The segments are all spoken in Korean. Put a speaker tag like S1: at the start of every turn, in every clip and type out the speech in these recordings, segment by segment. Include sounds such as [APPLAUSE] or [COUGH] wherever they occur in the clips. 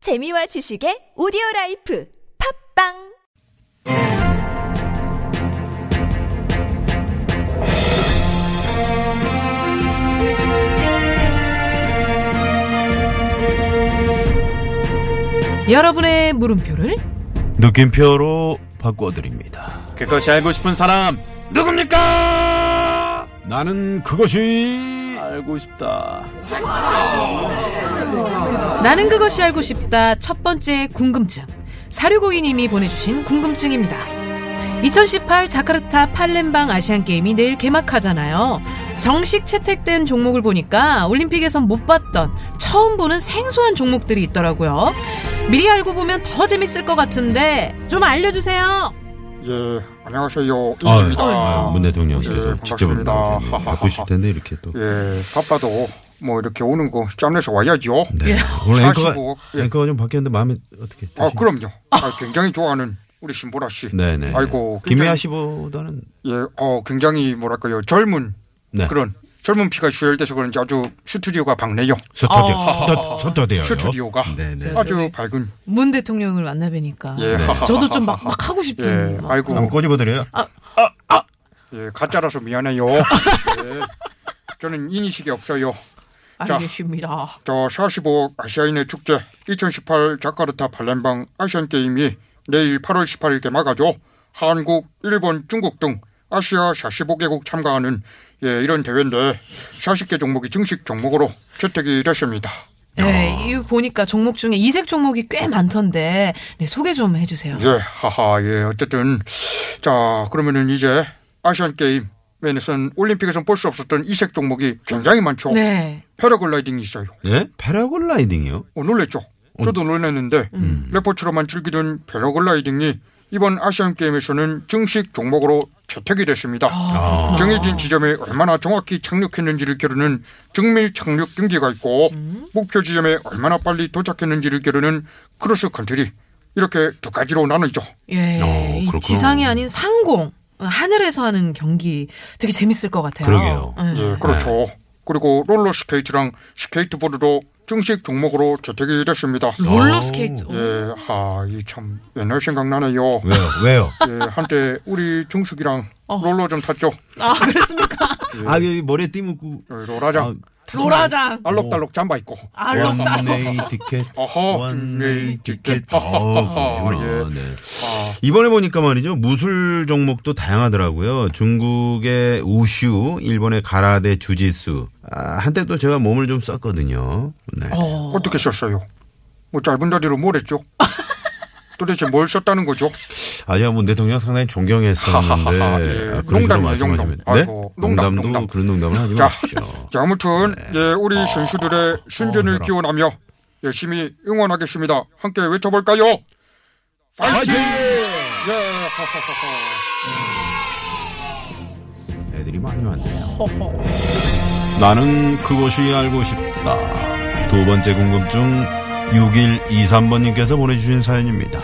S1: 재미와 지식의 오디오 라이프 팝빵
S2: 여러분의 물음표를
S3: 느낌표로 바꿔드립니다.
S4: 그것이 알고 싶은 사람 누굽니까?
S3: 나는 그것이
S4: 알고 싶다.
S2: 나는 그것이 알고 싶다 첫 번째 궁금증 사료고이님이 보내주신 궁금증입니다. 2018 자카르타 팔렘방 아시안 게임이 내일 개막하잖아요. 정식 채택된 종목을 보니까 올림픽에선 못 봤던 처음 보는 생소한 종목들이 있더라고요. 미리 알고 보면 더 재밌을 것 같은데 좀 알려주세요.
S5: 예, 안녕하세요.
S3: 아,
S5: 이입니다.
S3: 아유, 문 대통령께서
S5: 예,
S3: 직접
S5: 반갑습니다. [LAUGHS]
S3: 나오셨네요. 바쁘실 텐데 이렇게 또
S5: 예, 바빠도 뭐 이렇게 오는 거 짬내서 와야죠.
S2: 예,
S3: 네. 오늘 앵커가
S5: 사십오. 예.
S3: 앵커가 좀 바뀌었는데 마음에 어떻게?
S5: 아, 그럼요. 아, 굉장히 좋아하는 우리 신보라 씨.
S3: 네네.
S5: 아이고,
S3: 김혜아
S5: 굉장히-
S3: 씨보다는
S5: 예, 어, 굉장히 뭐랄까요 젊은
S3: 네.
S5: 그런 젊은 피가 주열돼서 그런지 아주 스튜디오가 밝네요.
S3: 서터대
S5: 아.
S2: 어.
S3: 서터대요.
S5: 스튜디오가
S3: 네. 네네. 네.
S5: 아주 밝은.
S2: [LAUGHS] 문 대통령을 만나뵈니까
S5: 예,
S2: [LAUGHS] 저도 좀 막 막 하고 싶은
S5: 예,
S2: 막
S5: 아이고,
S3: 한번 꼬집어드려요.
S5: 예, 가짜라서 미안해요. 예, 저는 인식이 없어요. 자.
S2: 알겠습니다.
S5: 저 45억 아시아인의 축제 2018 자카르타 발렌방 아시안 게임이 내일 8월 18일 개막하죠. 한국, 일본, 중국 등 아시아 45개국 참가하는 예, 이런 대회인데 40개 종목이 정식 종목으로 채택이 됐습니다.
S2: 네, 이 보니까 종목 중에 이색 종목이 꽤 많던데 네, 소개 좀 해주세요.
S5: 예, 하하, 예, 어쨌든 자 그러면은 이제 아시안 게임에서는 올림픽에선 볼 수 없었던 이색 종목이 굉장히 많죠.
S2: 네,
S5: 패러글라이딩이 있어요.
S3: 예? 패러글라이딩이요?
S5: 어, 놀랬죠. 저도 놀랐는데 레포츠로만 즐기던 패러글라이딩이 이번 아시안 게임에서는 정식 종목으로 채택이 됐습니다. 정해진 지점에 얼마나 정확히 착륙했는지를 겨루는 정밀 착륙 경기가 있고 목표 지점에 얼마나 빨리 도착했는지를 겨루는 크로스 컨트리 이렇게 두 가지로 나누죠.
S2: 예,
S3: 어,
S2: 이
S3: 그렇구나.
S2: 지상이 아닌 상공 어, 하늘에서 하는 경기 되게 재밌을 것 같아요.
S3: 그러게요. 네.
S2: 예.
S5: 예, 그렇죠. 그리고 롤러 스케이트랑 스케이트보드도 정식 종목으로 채택이 됐습니다.
S3: 어.
S2: 롤러 스케이트.
S3: 네.
S5: 예, 하, 이 참 옛날 생각나네요.
S3: 왜요? 왜요?
S5: 예, 한때 우리 중숙이랑 롤러 좀 탔죠.
S2: 아 그렇습니까?
S3: 아 여기 머리에 띠묻고 아,
S5: 예, 롤하자.
S3: 네.
S2: 로라장.
S5: 알록달록 잠바 있고.
S2: 알록달록.
S3: 원웨이 티켓.
S5: 어허,
S3: 원웨이
S5: 원웨이
S3: 티켓.
S5: 티켓. 예.
S3: 아, 그렇구나. 네. 이번에 보니까 말이죠. 무술 종목도 다양하더라고요. 중국의 우슈, 일본의 가라데 주짓수. 아, 한때 또 제가 몸을 좀 썼거든요. 네.
S5: 어. 떻게 썼어요? 뭐 짧은 다리로 뭘 했죠? 도대체 뭘 썼다는 거죠?
S3: 아, 제가 문 대통령 상당히 존경했었는데.
S5: 하하하, [LAUGHS] 예.
S3: 아, 그런 식으로
S5: 농담이에요,
S3: 말씀하시면.
S5: 농담.
S3: 네?
S5: 아이고, 농담,
S3: 농담도
S5: 농담.
S3: 그런 농담을 하지
S5: 자.
S3: 마십시오.
S5: 자, 그렇죠. 아무튼 예, 우리 선수들의 순전을
S3: 해라.
S5: 기원하며 열심히 응원하겠습니다. 함께 외쳐볼까요? 파이팅! 예, 하하하하.
S3: 애들이 많이 왔네요. 나는 그것이 알고 싶다. 두 번째 궁금증 6123번님께서 보내주신 사연입니다.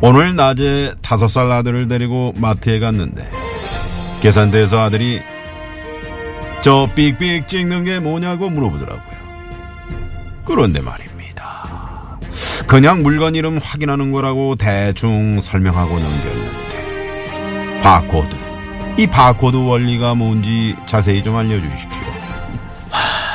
S3: 오늘 낮에 다섯 살 아들을 데리고 마트에 갔는데 계산대에서 아들이 저 삑삑 찍는 게 뭐냐고 물어보더라고요. 그런데 말입니다. 그냥 물건 이름 확인하는 거라고 대충 설명하고 넘겼는데 바코드 이 바코드 원리가 뭔지 자세히 좀 알려주십시오.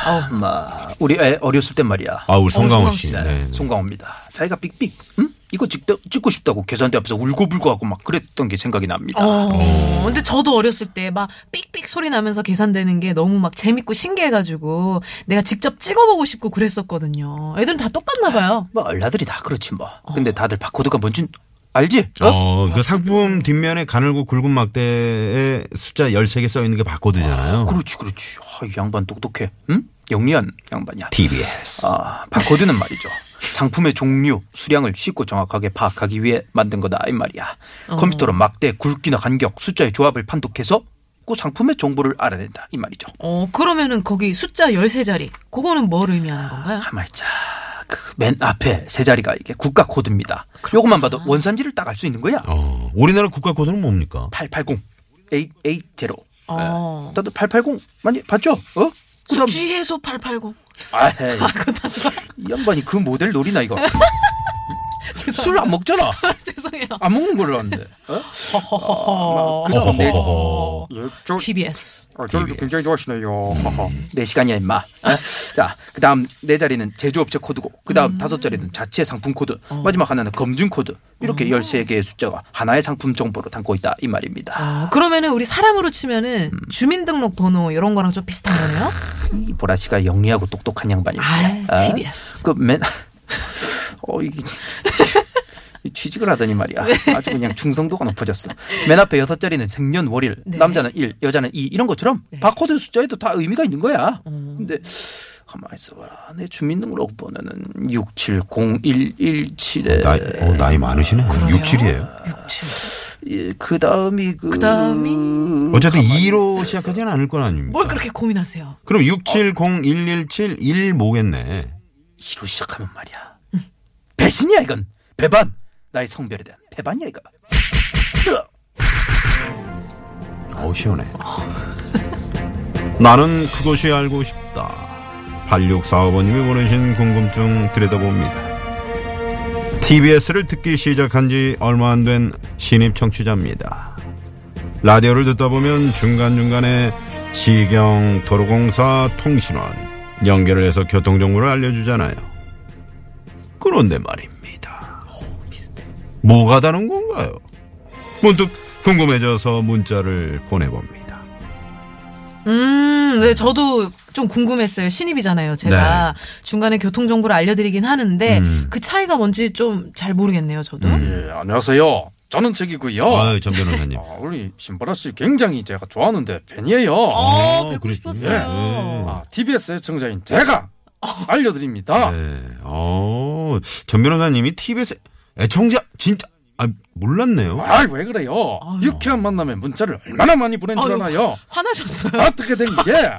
S4: 아우 마 우리 애 어렸을 때 말이야.
S3: 아, 우리 송강호
S2: 송강호
S3: 씨.
S4: 자,
S3: 네.
S4: 송강호입니다. 자기가 삑삑 응? 이거 찍다, 찍고 싶다고 계산대 앞에서 울고불고하고 막 그랬던 게 생각이 납니다.
S2: 어, 근데 저도 어렸을 때 막 삑삑 소리 나면서 계산되는 게 너무 막 재밌고 신기해가지고 내가 직접 찍어보고 싶고 그랬었거든요. 애들은 다 똑같나 봐요.
S4: 뭐 얼라들이 다 그렇지 뭐. 근데 다들 바코드가 뭔진 알지? 어?
S3: 어, 그 상품 뒷면에 가늘고 굵은 막대에 숫자 13개 써 있는 게 바코드잖아요.
S4: 그렇지 그렇지. 아, 이 양반 똑똑해. 응? 영리한 양반이야.
S3: TBS.
S4: 아, 바코드는 말이죠. 상품의 종류, 수량을 쉽고 정확하게 파악하기 위해 만든 거다 이 말이야. 컴퓨터로 막대, 굵기나 간격, 숫자의 조합을 판독해서 그 상품의 정보를 알아낸다 이 말이죠.
S2: 어, 그러면은 거기 숫자 13자리. 그거는 뭘 의미하는 건가요?
S4: 가만히 있자. 그 맨 앞에 세 자리가 이게 국가 코드입니다. 요것만 봐도 원산지를 딱 알 수 있는 거야.
S3: 어, 우리나라 국가 코드는 뭡니까?
S4: 880 880.
S2: 어.
S4: 네. 다들 880 많이 봤죠? 어? 그다음
S2: 수지해소 [LAUGHS] 880.
S4: 아, 에이. 이 양반이 그 모델 노리나 [LAUGHS] 이거 술 안 먹잖아.
S2: 죄송해요.
S4: 안 먹는 걸로 아는데. 어?
S2: 허허허허.
S4: 그다음 내,
S3: 허허허허.
S5: 예, 저,
S2: TBS.
S5: 아, 저를
S3: TBS.
S5: 굉장히 좋아하시네요. 하하.
S4: 내 시간이야 임마. 어? 자, 그다음 네 자리는 제조업체 코드고, 그다음 어. 다섯 자리는 자체 상품 코드, 마지막 하나는 검증 코드. 이렇게 열 13개의 숫자가 하나의 상품 정보를 담고 있다 이 말입니다.
S2: 어, 그러면은 우리 사람으로 치면은
S3: 음.
S2: 주민등록 번호 이런 거랑 좀 비슷한 거네요.
S4: 이 보라 씨가 영리하고 똑똑한 양반이었어요.
S2: 아, TBS.
S4: 그맨 [LAUGHS] 어, 이게 이 취직을 하더니 말이야. 아주 그냥 충성도가 높아졌어. 맨 앞에 여섯 자리는 생년월일,
S2: 네.
S4: 남자는 일, 여자는 이 이런 것처럼 바코드 숫자에도 다 의미가 있는 거야. 근데 가만 있어봐라. 내 주민등록 번호는 670117에
S3: 나이, 어, 나이 많으시네. 6, 7이에요.
S2: 67.
S4: 그 다음이 그
S2: 그다음이?
S3: 어쨌든 2로 시작하지는 않을 건 아닙니까?
S2: 뭘 그렇게 고민하세요?
S3: 그럼 670117 1 뭐겠네.
S4: 이로 시작하면 말이야. 배신이야 이건 배반. 나의 성별에 대한 배반이야 이거.
S3: 어우, 시원해. 나는 그것이 알고 싶다. 8645번님이 보내신 궁금증 들여다봅니다. TBS를 듣기 시작한 지 얼마 안 된 신입 청취자입니다. 라디오를 듣다 보면 중간중간에 시경, 도로공사, 통신원 연결을 해서 교통정보를 알려주잖아요. 그런데 말입니다. 뭐가 다른 건가요? 문득 궁금해져서 문자를 보내봅니다.
S2: 음, 네, 저도 좀 궁금했어요. 신입이잖아요, 제가.
S3: 네.
S2: 중간에 교통정보를 알려드리긴 하는데,
S3: 음.
S2: 그 차이가 뭔지 좀 잘 모르겠네요, 저도.
S5: 예, 안녕하세요. 저는 책이고요.
S3: 아유, 전
S5: [LAUGHS]
S3: 변호사님.
S5: 아, 우리 신보라 씨 굉장히 제가 좋아하는데 팬이에요.
S2: 어,
S3: 아,
S2: 뵙고
S3: 그러시군요. 네.
S2: 싶었어요.
S5: 아, TBS의 청자인 제가 알려드립니다.
S3: 네. 어, 전 변호사님이 TBS 애청자, 진짜, 아, 몰랐네요.
S5: 아이 왜 그래요? 유쾌한 만남에 문자를 얼마나 많이 보낸 줄
S2: 아유. 네.
S5: 알아요?
S2: 화나셨어요?
S5: 어떻게 된 게?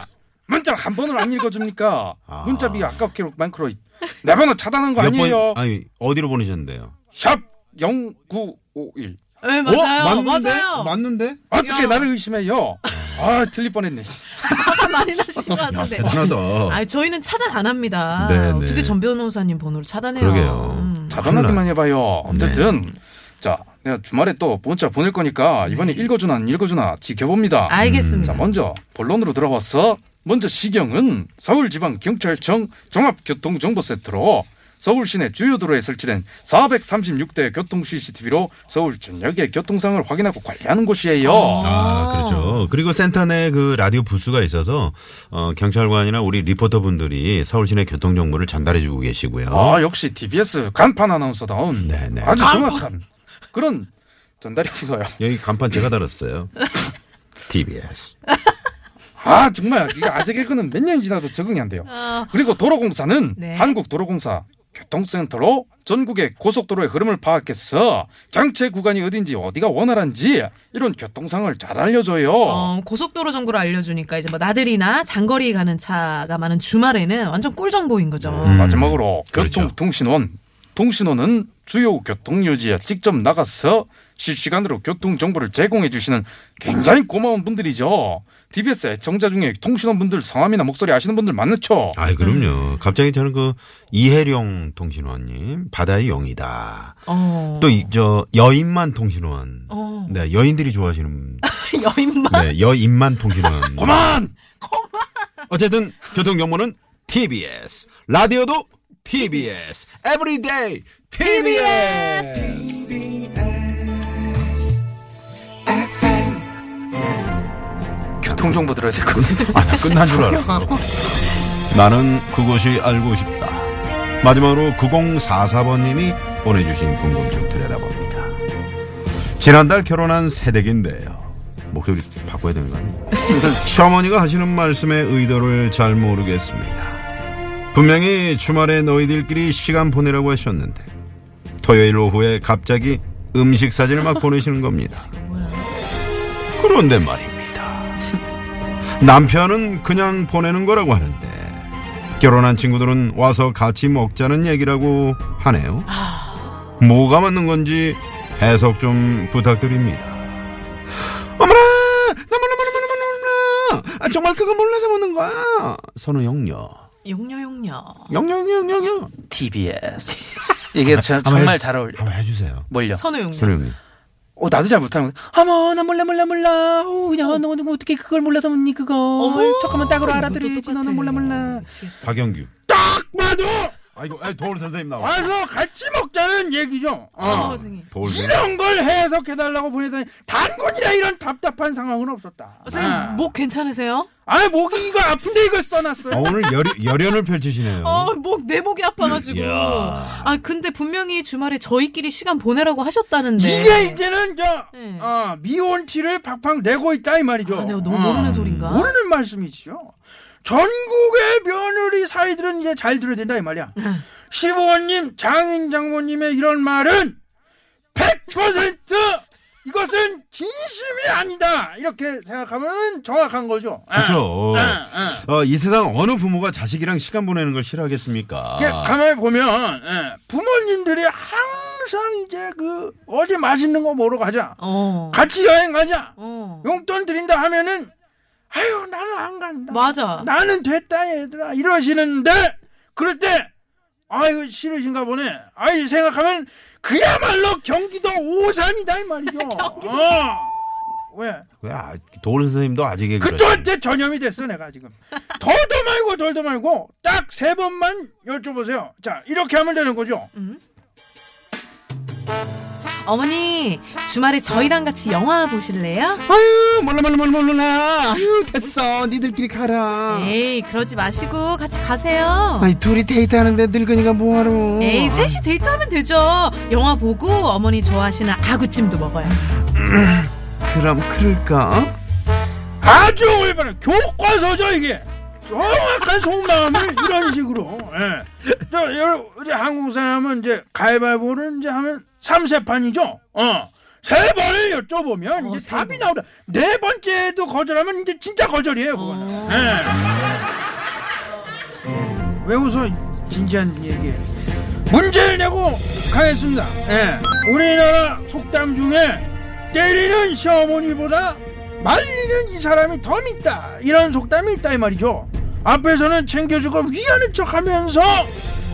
S5: 문자 한 번을 안 읽어줍니까?
S3: 아.
S5: 문자비 아깝게 많크로 내 번호 차단한 거
S3: 몇 번,
S5: 아니에요?
S3: 아니, 어디로 보내셨는데요?
S5: 샵 0951.
S2: 네, 맞아요.
S3: 어? 맞는데?
S2: 맞아요.
S3: 맞는데?
S5: 어떻게
S2: 야.
S5: 나를 의심해요? 아 틀릴 뻔했네.
S2: 화가 많이 나신 것
S3: 야,
S2: 같은데.
S3: 대단하다.
S2: [LAUGHS] 아, 저희는 차단 안 합니다.
S3: 어. 네, 네.
S2: 어떻게 전 변호사님 번호를 차단해요?
S3: 그러게요.
S2: 음.
S5: 차단하기만 해봐요. 어쨌든 자 내가 주말에 또 문자 보낼 거니까 이번에
S2: 네.
S5: 읽어주나 안 읽어주나 지켜봅니다.
S2: 알겠습니다.
S5: 자, 먼저 본론으로 들어와서 먼저 시경은 서울지방경찰청 종합교통정보센터로 서울 시내 주요 도로에 설치된 436대 교통 CCTV로 서울 전역의 교통상을 확인하고 관리하는 곳이에요.
S3: 아, 그렇죠. 그리고 센터 내 그 라디오 부스가 있어서, 어, 경찰관이나 우리 리포터 분들이 서울 시내 교통정보를 전달해주고 계시고요.
S5: 아, 역시 TBS 간판 아나운서다운
S3: 어? 네네.
S5: 아주
S2: 간판.
S5: 정확한 그런 전달이었어요.
S3: 여기 간판 제가
S5: [LAUGHS]
S3: 달았어요. TBS.
S5: 아, 정말 이거 아재 개그는 몇 년이 지나도 적응이 안 돼요.
S2: 아,
S5: 그리고 도로공사는
S2: 네.
S5: 한국도로공사 교통센터로 전국의 고속도로의 흐름을 파악해서 정체 구간이 어딘지 어디가 원활한지 이런 교통상을 잘 알려줘요.
S2: 어, 고속도로 정보를 알려주니까 이제 뭐 나들이나 장거리 가는 차가 많은 주말에는 완전 꿀 정보인 거죠.
S5: 음.
S4: 음,
S5: 마지막으로
S3: 그렇죠.
S5: 교통통신원 통신원은 주요 교통요지에 직접 나가서 실시간으로 교통 정보를 제공해 주시는 굉장히 고마운 분들이죠. TBS 애청자 중에 통신원 분들 성함이나 목소리 아시는 분들 많죠.
S3: 아이 그럼요.
S2: 음.
S3: 갑자기 저는 그 이혜령 통신원님 바다의 영이다.
S6: [LAUGHS]
S2: 어.
S3: 또 이 저 여인만 통신원.
S2: 어.
S3: 네 여인들이 좋아하시는
S2: 여인만
S3: 네 여인만
S2: [LAUGHS]
S3: 통신원.
S5: 그만
S3: 어쨌든 교통 정보는 TBS 라디오도 TBS 에브리데이 TBS.
S4: 교통 정보 들어야 될 것 같은데.
S3: 아 나 끝난 줄 알았어. 나는 그것이 알고 싶다. 마지막으로 9044번님이 보내주신 궁금증 들여다봅니다. 지난달 결혼한 새댁인데요. 목소리 바꿔야 되는 거 아니에요? 시어머니가 하시는 말씀의 의도를 잘 모르겠습니다. 분명히 주말에 너희들끼리 시간 보내라고 하셨는데 토요일 오후에 갑자기 음식 사진을 막 보내시는 겁니다. 그런데 말입니다. 남편은 그냥 보내는 거라고 하는데 결혼한 친구들은 와서 같이 먹자는 얘기라고 하네요. 뭐가 맞는 건지 해석 좀 부탁드립니다. 어머나! 나무나무나무나무나! 정말 그거 몰라서 보는 거야. 선우 영녀.
S2: 네. 용녀 용녀.
S3: 영녀 영녀 영녀.
S6: TBS. 이게 저- 정말 잘 어울려.
S3: 한번 해주세요.
S6: 뭘요?
S2: 선우 용녀.
S3: 선우 영녀.
S6: 어, 나도 잘 못하는 거. 어머, 나 몰라, 몰라, 몰라. 어, 야, 너, 너 어떻게 그걸 몰라서 묻니, 그거.
S2: 어머,
S6: 잠깐만 딱으로
S2: 이것도
S6: 알아들으지.
S2: 똑같아.
S6: 너는 몰라, 몰라.
S2: 미치겠다.
S3: 박영규.
S4: 맞아.
S3: 아이고 아이, 도울 선생님 나와.
S4: 와서 같이 먹자는 얘기죠.
S2: 어,
S4: 어.
S2: 선생님.
S3: 도울 선생님.
S4: 이런 걸 해석해달라고 보내다니 단군이라 이런 답답한 상황은 없었다.
S2: 어, 선생님 목 괜찮으세요?
S4: 아 목이 이거 아픈데 이걸 써놨어요.
S3: 아, 오늘 열, 열연을 펼치시네요.
S2: 어목내 목이 아파가지고.
S3: 이야.
S2: 아 근데 분명히 주말에 저희끼리 시간 보내라고
S6: 네.
S2: 하셨다는데.
S4: 이게 이제는 저
S2: 네.
S4: 어, 미온 티를 팍팍 내고 있다 이 말이죠.
S2: 아,
S6: 네,
S2: 내가 너무
S4: 어.
S2: 모르는 소린가?
S4: 모르는 말씀이죠. 전국의 며느리 사이들은 이제 잘 들어야 된다 이 말이야.
S2: 네.
S4: 시부원님, 장인 장모님의 이런 말은 100% 이것은 진심이 아니다 이렇게 생각하면 정확한 거죠. 예.
S3: 그렇죠.
S4: 예, 예.
S3: 어, 이 세상 어느 부모가 자식이랑 시간 보내는 걸 싫어하겠습니까?
S4: 이게 가만히 보면 예, 부모님들이 항상 이제 그 어디 맛있는 거 먹으러 가자,
S2: 어.
S4: 같이 여행 가자,
S2: 어.
S4: 용돈 드린다 하면은 아유 나는 안
S2: 뭐
S4: 간다.
S2: 맞아.
S4: 나는 됐다 얘들아 이러시는데 그럴 때 아유 싫으신가 보네. 아유 생각하면 그야말로 경기도 오산이다 이 말이죠. 어. 왜?
S3: 왜 아, 도울 선생님도 아직에
S4: 그쪽한테 전염이 됐어 내가 지금 더도 말고 덜도 말고 딱 세 번만 여쭤보세요 자 이렇게 하면 되는 거죠
S2: 어머니 주말에 저희랑 같이 영화 보실래요?
S3: 아유 몰라 몰라 몰라 몰라. 아유 됐어. 니들끼리
S2: 어.
S3: 가라.
S2: 에이 그러지 마시고 같이 가세요.
S3: 아니 둘이 데이트하는데 늙은이가 뭐하러?
S2: 에이 셋이 데이트하면 되죠. 영화 보고 어머니 좋아하시는 아구찜도 먹어요.
S3: 그럼 그럴까?
S4: 아주 올바른 교과서죠 이게 정확한 속마음을 이런 식으로 예. 저, 여러분, 이제 한국 사람은 이제 가위바위보를 이제 하면 삼세판이죠 어. 세 번을 여쭤보면
S2: 어,
S4: 이제
S2: 세
S4: 답이
S2: 번.
S4: 나오다 네 번째도 거절하면 이제 진짜 거절이에요 그거는
S2: 어.
S4: 예. 왜 웃어 진지한 얘기 문제를 내고 가겠습니다 예. 우리나라 속담 중에 때리는 시어머니보다 말리는 이 사람이 더 있다 이런 속담이 있다 이 말이죠 앞에서는 챙겨주고 위하는 척하면서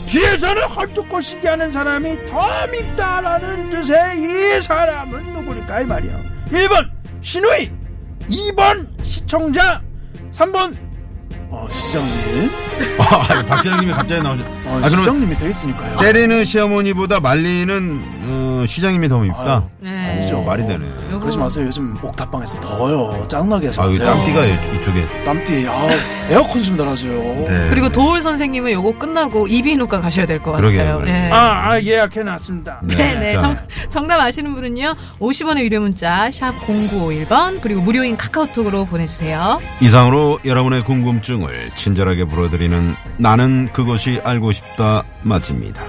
S4: 뒤에서는 헐뚝거시기 하는 사람이 더 밉다라는 뜻의 이 사람은 누구일까 이 말이야 1번 신우이 2번 시청자 3번
S7: 어, 시장님.
S3: 아, 박사장님이 갑자기 나오셨.
S7: 어,
S3: 아, 그러면
S7: 시장님이 돼 있으니까요.
S3: 때리는 시어머니보다 말리는 어, 시장님이 더 밉다.
S2: 네.
S3: 어,
S7: 아니죠.
S3: 말이 되네.
S2: 요거-
S7: 그러지 마세요. 요즘 옥탑방에서 더워요. 짜증나게 하지
S3: 아, 여기
S7: 마세요.
S3: 땀띠가 이- 이쪽에.
S7: 땀띠. 아, 에어컨 좀 달아줘요.
S3: 네.
S2: 그리고 도울 선생님은 요거 끝나고 이비인후과 가셔야 될 것
S3: 그러게요,
S2: 같아요.
S3: 그러게요.
S2: 예.
S4: 아, 아 예약해놨습니다
S2: 네, 네.
S3: 자,
S2: 정, 정답 아시는 분은요. 50원의 유료 문자 샵 0951번 그리고 무료인 카카오톡으로 보내 주세요.
S3: 이상으로 여러분의 궁금증을 친절하게 풀어드리는 나는 그것이 알고 싶다 마칩니다.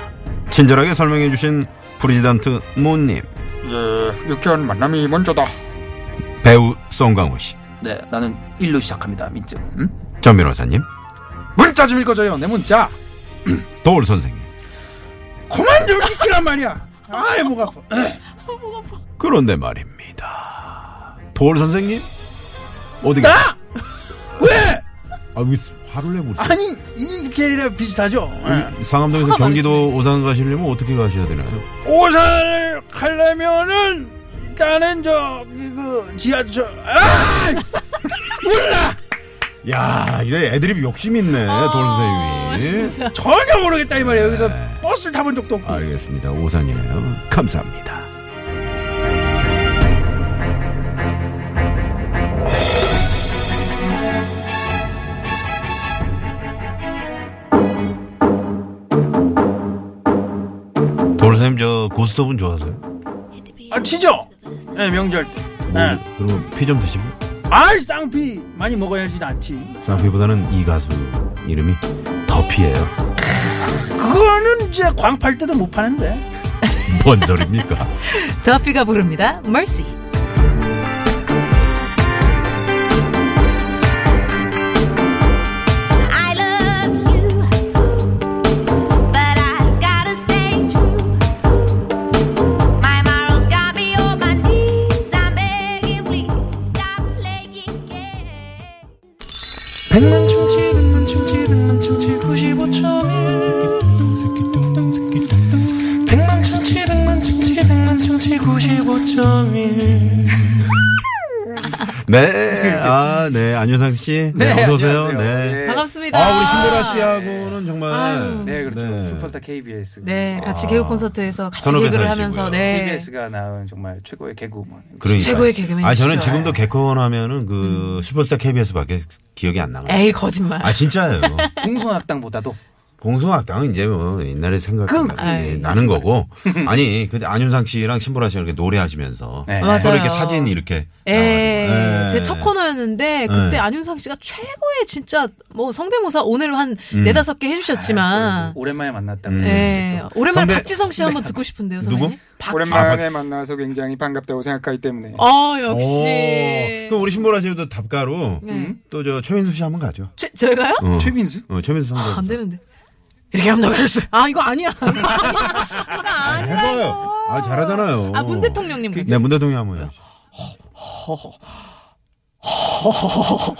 S3: 친절하게 설명해주신 프리지던트 모님,
S4: 예, 유쾌한 만남이 먼저다
S3: 배우 송강호 씨,
S6: 네, 나는 일로 시작합니다, 민증. 응?
S3: 전 변호사님,
S4: 문자 좀 읽어줘요 내 문자
S3: 도울 선생님.
S4: 그만 좀 읽기란 말이야 아이 목 아파
S3: 그런데 말입니다. 도울 선생님? 어디가?
S4: 나! 왜?
S3: 아, 왜 화를 내고 그러세요?
S4: 아니 이 캐리랑 비슷하죠 예.
S3: 여기 상암동에서 경기도 오산 가시려면 어떻게 가셔야 되나요?
S4: 오산을 네. 가려면은 일단은 저기 그 지하철 아 몰라
S3: 야, 이제 애드립 욕심 있네, 도울
S2: 아,
S3: 선생님이.
S2: 진짜.
S4: 전혀 모르겠다 이 말이야 여기서
S3: 네.
S4: 버스를 타본 적도 없고
S3: 알겠습니다. 오산이네요. 감사합니다. 도로사님 저 고스톱은 좋아하세요? 뭐
S4: 아 치죠 예 명절 때
S3: 음. 네.
S4: 예.
S3: 그럼 피 좀 드시고
S4: 아이 쌍피 많이 먹어야지 낫지
S3: 쌍피보다는 이 가수 이름이 더 피예요.
S4: 그거는 이제 광팔 때도 못 파는데
S3: 뭔 소리입니까?
S2: 더피가 부릅니다. Mercy.
S8: I love you, but I gotta stay true. My morals got me on my knees. I'm begging, please stop playing games.
S9: 백만 충치 백만 충치 백만 충치 95.1 백만 충치 백만 충치 백만 충치 95.1
S3: [LAUGHS] 네, 아, 네, 안효상 씨. 네,
S4: 네,
S3: 어서 오세요.
S4: 안녕하세요.
S3: 네.
S4: 네.
S2: 반갑습니다.
S3: 아, 우리 신보라 씨하고는 정말.
S2: 네. 아유.
S4: 네, 그렇죠. 슈퍼스타 KBS.
S2: 네, 같이 개그 콘서트에서 같이
S3: 선후배
S2: 개그를
S3: 음. 아. 사이시고요.
S2: 하면서 네.
S4: KBS가 낳은 정말 최고의 개그우먼. 네.
S3: 그러니까.
S2: 최고의 개그맨이시죠. 음.
S3: 아, 저는 지금도 개콘 하면은 그 슈퍼스타 KBS밖에 기억이 안 나요.
S2: 에이 거짓말.
S3: 아, 진짜예요.
S4: 공손학당보다도
S3: 봉숭아학당은 이제 뭐 옛날에 생각
S4: 그-
S2: 아이, 네, [LAUGHS]
S3: 나는 거고. 아니, 근데 안윤상 씨랑 신보라 씨랑 이렇게 노래하시면서
S4: 네.
S2: 맞아요.
S3: 서로 이렇게 사진 이렇게
S2: 예,
S3: 나와가지고.
S2: 제 첫 코너였는데 그때
S3: 아, 네.
S2: 안윤상 씨가 최고의 진짜 뭐 성대모사 오늘 한 네다섯 개
S10: 아,
S2: 해주셨지만,
S4: 오랜만에 만났다.
S3: 음.
S2: 예, 오랜만에
S3: 성대- 네.
S2: 박지성 씨 한번 듣고 싶은데요,
S3: 누구?
S2: 선생님. 박...
S3: 아,
S10: 오랜만에 만나서 굉장히 반갑다고 생각하기 때문에
S2: 어
S3: 오,
S2: 역시.
S3: 그럼 우리 신보라 씨도 답가로
S2: 네.
S3: 또 저 최민수 씨 한번 가죠.
S2: 최, 저희가요?
S3: 어.
S4: 음? 최민수?
S3: 어, 최민수 선배.
S2: 안 되는데. 이렇게 하면 나갈 수. 아 이거 아니야. 이거
S3: 해봐요.
S2: 아니라고. 네.
S3: 아, 잘하잖아요.
S2: 아 문 대통령님. 그,
S3: 네, 문 대통령 한번 해야죠.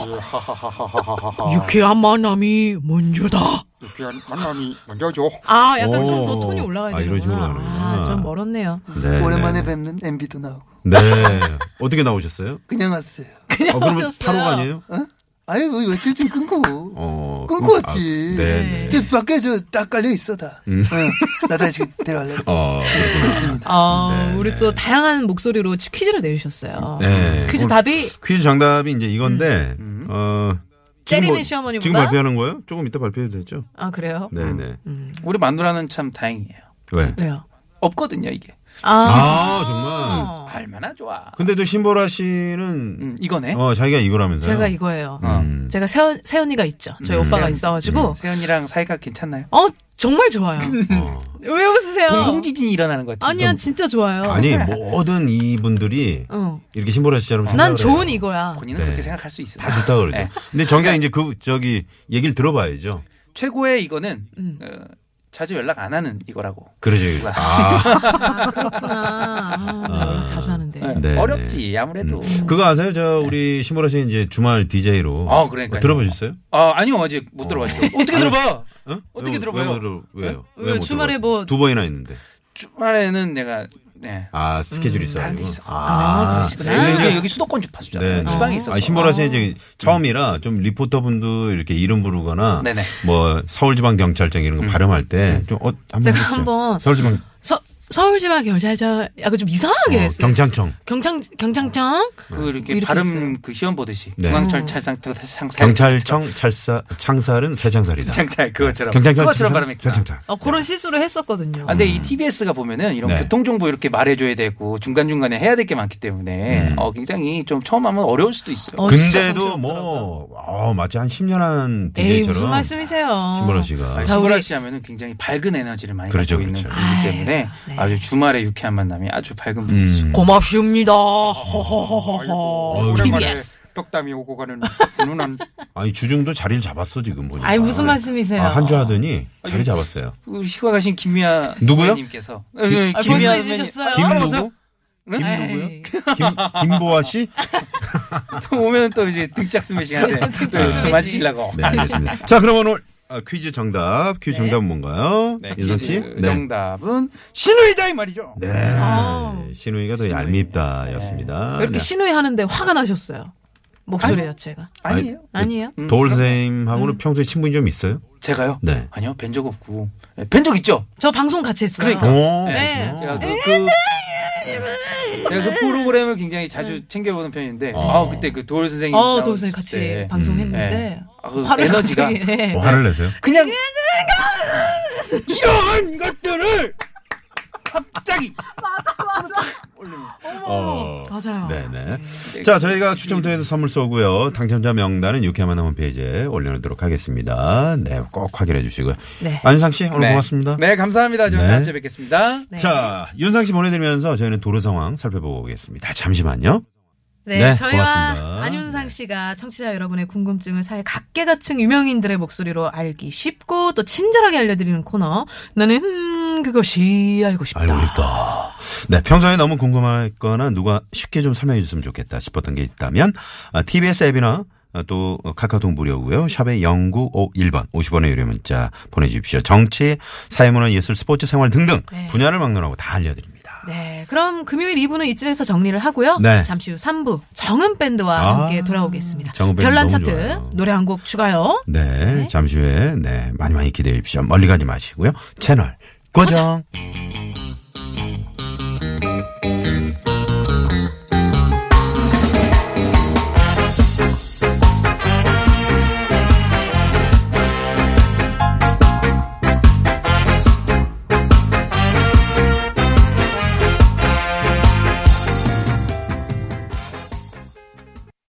S3: 네.
S2: 유쾌한 만남이 먼저다.
S5: 유쾌한 만남이 먼저죠.
S2: 아 약간 좀
S3: 오.
S2: 더 톤이 올라가야
S3: 아, 이런 식으로
S2: 되는구나.
S3: 가는구나.
S2: 아, 좀 멀었네요.
S3: 네,
S11: 오랜만에
S3: 네.
S11: 뵙는 MB도 나오고
S3: 네. 어떻게 나오셨어요?
S11: 그냥 왔어요.
S2: [LAUGHS] 그냥
S3: 어, 그러면
S2: 오셨어요. 네.
S3: 타로가 아니에요?
S11: 아유 뭐 며칠 좀 끊고
S3: 어.
S11: 끊고 왔지.
S3: 아, 네, 네. 음.
S11: 저 밖에 저 딱 깔려 있어 다. 어, 나 다시 데려갈래.
S3: [LAUGHS] 어. 그렇구나.
S11: 그렇습니다.
S2: 어,
S3: 네,
S2: 우리
S3: 네.
S2: 또 다양한 목소리로 치- 퀴즈를 내주셨어요.
S3: 네.
S2: 퀴즈
S3: 오늘
S2: 답이
S3: 퀴즈 정답이 이제 이건데, 어. 지금
S2: 음. 때리는
S3: 뭐-
S2: 시어머니보다
S3: 지금 발표하는 거예요? 조금 이따 발표해도 되죠?
S2: 아 그래요?
S3: 네, 네.
S2: 음.
S4: 우리 마누라는 참 다행이에요.
S3: 왜?
S2: 네. 왜요?
S4: 없거든요, 이게.
S2: 아,
S3: 아, 정말.
S4: 얼마나 좋아.
S3: 근데도 신보라 씨는,
S4: 음, 이거네. 어.
S3: 어, 자기가 이거라면서요?
S2: 제가 이거예요. 아,
S3: 음.
S2: 제가 세연 세연이가 있죠. 저희
S3: 네.
S2: 오빠가 있어가지고
S4: 세연이랑 사이가 괜찮나요?
S2: 어 정말
S3: [LAUGHS]
S2: 좋아요.
S3: 어.
S2: 왜 웃으세요?
S4: 공공지진이 일어나는 것 같아요.
S2: 아니야 진짜 좋아요.
S3: 아니, 모든 이분들이
S2: 응.
S3: 이렇게 신보라 씨처럼
S2: 네. 어. 난
S3: 생각을
S2: 좋은
S3: 해요.
S2: 이거야.
S4: 본인은
S3: 네.
S4: 그렇게 생각할 수 있어요.
S3: 다 좋다 그러죠.
S4: 네.
S3: 근데 정작 이제 그 저기 얘기를 들어봐야죠.
S4: 최고의 이거는 어, 자주 연락 안 하는 이거라고.
S3: 그러죠. 그러죠.
S4: [LAUGHS]
S3: 아,
S2: 아, 그렇구나. 아, 나 연락 자주 하는데.
S4: 네.
S3: 네, 음.
S4: 어렵지 아무래도.
S3: 그거 아세요? 저 우리 신보라 씨 이제 주말 DJ로 뭐
S4: 아, 그러니까요.
S3: 들어보셨어요?
S4: 아 아니요 아직 못 들어봤죠. 어떻게 들어봐?
S3: 어?
S4: 어떻게
S3: 왜-
S4: 들어봐요?
S3: 왜, 못 들어, 왜요?
S2: 왜
S3: 못
S2: 주말에
S3: 들어봐요?
S2: 뭐-
S3: 두 번이나 있는데.
S4: 주말에는 내가 네.
S3: 아 스케줄이 있어.
S4: 다른 데 있어.
S2: 아, 그러시구나.
S3: 근데
S4: 여기,
S3: 이제
S4: 여기 수도권
S3: 네,
S4: 주파수잖아요.
S3: 네.
S4: 지방에 있어서.
S3: 아, 신보라 씨 이제 처음이라 좀 리포터분도 이렇게 이름 부르거나
S4: 네네.
S3: 뭐 서울지방경찰청 이런 거 발음할 때 좀 어, 한번
S2: 제가
S3: 해주세요.
S2: 한번
S3: 서울지방
S2: 서, 서울지방 경찰청 약간 좀 이상하게
S3: 어, 네.
S2: 했어요.
S3: 경창청
S2: 경창 경창청
S4: 그 이렇게,
S2: 이렇게
S4: 발음
S2: 했어요.
S4: 그 시험 보듯이
S3: 네.
S4: 중앙철 찰상 찰상
S3: 경찰청 찰사 창살은 새창살이다. 네.
S4: 찰 그것처럼
S3: 경찰청
S4: 그것처럼
S3: 찰사,
S4: 발음했구나.
S3: 새창살.
S2: 어, 그런 실수를 했었거든요.
S4: 아, 근데 이 TBS가 보면은 이런
S3: 네.
S4: 교통정보 이렇게 말해줘야 되고 중간중간에 해야 될 게 많기 때문에
S3: 음.
S4: 어, 굉장히 좀 처음 하면 어려울 수도 있어요.
S2: 어, 진짜
S3: 근데도
S2: 성스럽더라고요.
S3: 뭐, 어, 마치 한 10년 한
S2: 에이 무슨
S3: DJ처럼
S2: 말씀이세요? 어.
S3: 신보라 씨가.
S2: 다
S4: 신보라
S2: 우리-
S4: 씨 하면은 굉장히 예, 밝은 에너지를 많이
S3: 그렇죠,
S4: 갖고 아, 있는
S3: 그렇죠.
S2: 아유,
S4: 분이기 때문에
S2: 네.
S4: 아주 주말에 유쾌한 만남이 아주
S3: 음.
S4: 밝은 분이시죠.
S2: 고맙습니다. 허허허허.
S5: 아이고, 오랜만에
S2: 어, TBS.
S5: 떡담이 오고 가는 훈훈한
S3: 아니, 주중도 자리를 잡았어, 지금 보니까.
S2: 아니
S4: 네.
S2: 무슨 말씀이세요?
S3: 아, 한주 하더니 자리 잡았어요.
S4: 그 휴가 가신 김미아
S3: 누구요?
S4: 님께서 김,
S2: 아, 벌써 잊으셨어요? 네.
S3: 김
S2: 아,
S3: 누구?
S4: 응?
S2: [LAUGHS]
S3: 김 누구요?
S4: 네.
S2: 에이.
S3: 김, 김보아 씨?
S4: 또 오면 또 이제 등짝
S2: 네.
S4: 스매싱한데
S2: 등짝 스매싱.
S4: [LAUGHS] 맞으시려고.
S3: 네, 알겠습니다.
S4: [LAUGHS]
S3: 자, 그러면 오늘 아, 퀴즈 정답. 퀴즈 정답은 뭔가요?
S4: 네,
S3: 윤성 씨?
S4: 퀴즈
S3: 네.
S4: 정답은 신우이다 이 말이죠.
S3: 네.
S2: 아우. 네.
S3: 신우이가 더 얄밉다 였습니다. 네.
S2: 왜 이렇게
S4: 네.
S2: 신우이 하는데 화가 나셨어요? 목소리 자체가
S4: 아니에요.
S2: 아니에요?
S4: 음,
S3: 도울 선생님하고는
S2: 음.
S3: 평소에 친분이 좀 있어요?
S4: 제가요?
S3: 네.
S4: 아니요, 뵌 적 없고. 네, 뵌 적 있죠?
S2: 저 방송 같이 했어요.
S4: 그러니까.
S3: 오.
S2: 네.
S4: 제가 그, 그, 제가 그 프로그램을 굉장히 자주 챙겨보는 편인데,
S3: 어.
S4: 아, 그때 그 도울 선생님.
S2: 네. 어,
S4: 나오셨을
S2: 도울 선생님 같이
S4: 때
S2: 방송했는데
S4: 네. 아, 그
S2: 화를
S4: 에너지가
S2: 갑자기, 네.
S3: 뭐 화를 내세요?
S4: 그냥 이런 것들을 갑자기
S3: 어.
S2: 맞아요.
S3: 네네. 자, 저희가 추첨 통해서 선물 쏘고요. 당첨자 명단은 유쾌한 만남 홈페이지에 올려놓도록 하겠습니다. 네, 꼭 확인해 주시고요.
S2: 네.
S3: 안윤상 씨, 오늘
S4: 네.
S3: 고맙습니다.
S4: 네, 감사합니다. 저는
S3: 네.
S4: 다음 주에 뵙겠습니다.
S2: 네.
S3: 자, 윤상 씨 보내드리면서 저희는 도로 상황 살펴보고 오겠습니다. 잠시만요.
S2: 네,
S3: 네,
S2: 저희와
S3: 고맙습니다.
S2: 안윤상 씨가 청취자 여러분의 궁금증을 사회 각계각층 유명인들의 목소리로 알기 쉽고 또 친절하게 알려드리는 코너. 나는 음, 그것이 알고 싶다.
S3: 알고 싶다. 네, 평소에 너무 궁금했거나 누가 쉽게 좀 설명해 줬으면 좋겠다 싶었던 게 있다면 아, TBS 앱이나 어, 또 어, 카카오톡 무료고요. 샵에 0951번 50원의 유료 문자 보내주십시오. 정치, 사회문화, 예술, 스포츠, 생활 등등
S2: 네.
S3: 분야를 막론하고 다 알려드립니다.
S2: 네, 그럼 금요일 2부는 이쯤에서 정리를 하고요.
S3: 네.
S2: 잠시 후 3부 정은 밴드와
S3: 아,
S2: 함께 돌아오겠습니다.
S3: 정은 밴드
S2: 별난
S3: 너무
S2: 차트
S3: 좋아요.
S2: 노래 한 곡 추가요.
S3: 네,
S2: 네.
S3: 잠시 후에 네 많이 많이 기대해 주십시오. 멀리 가지 마시고요. 채널 고정.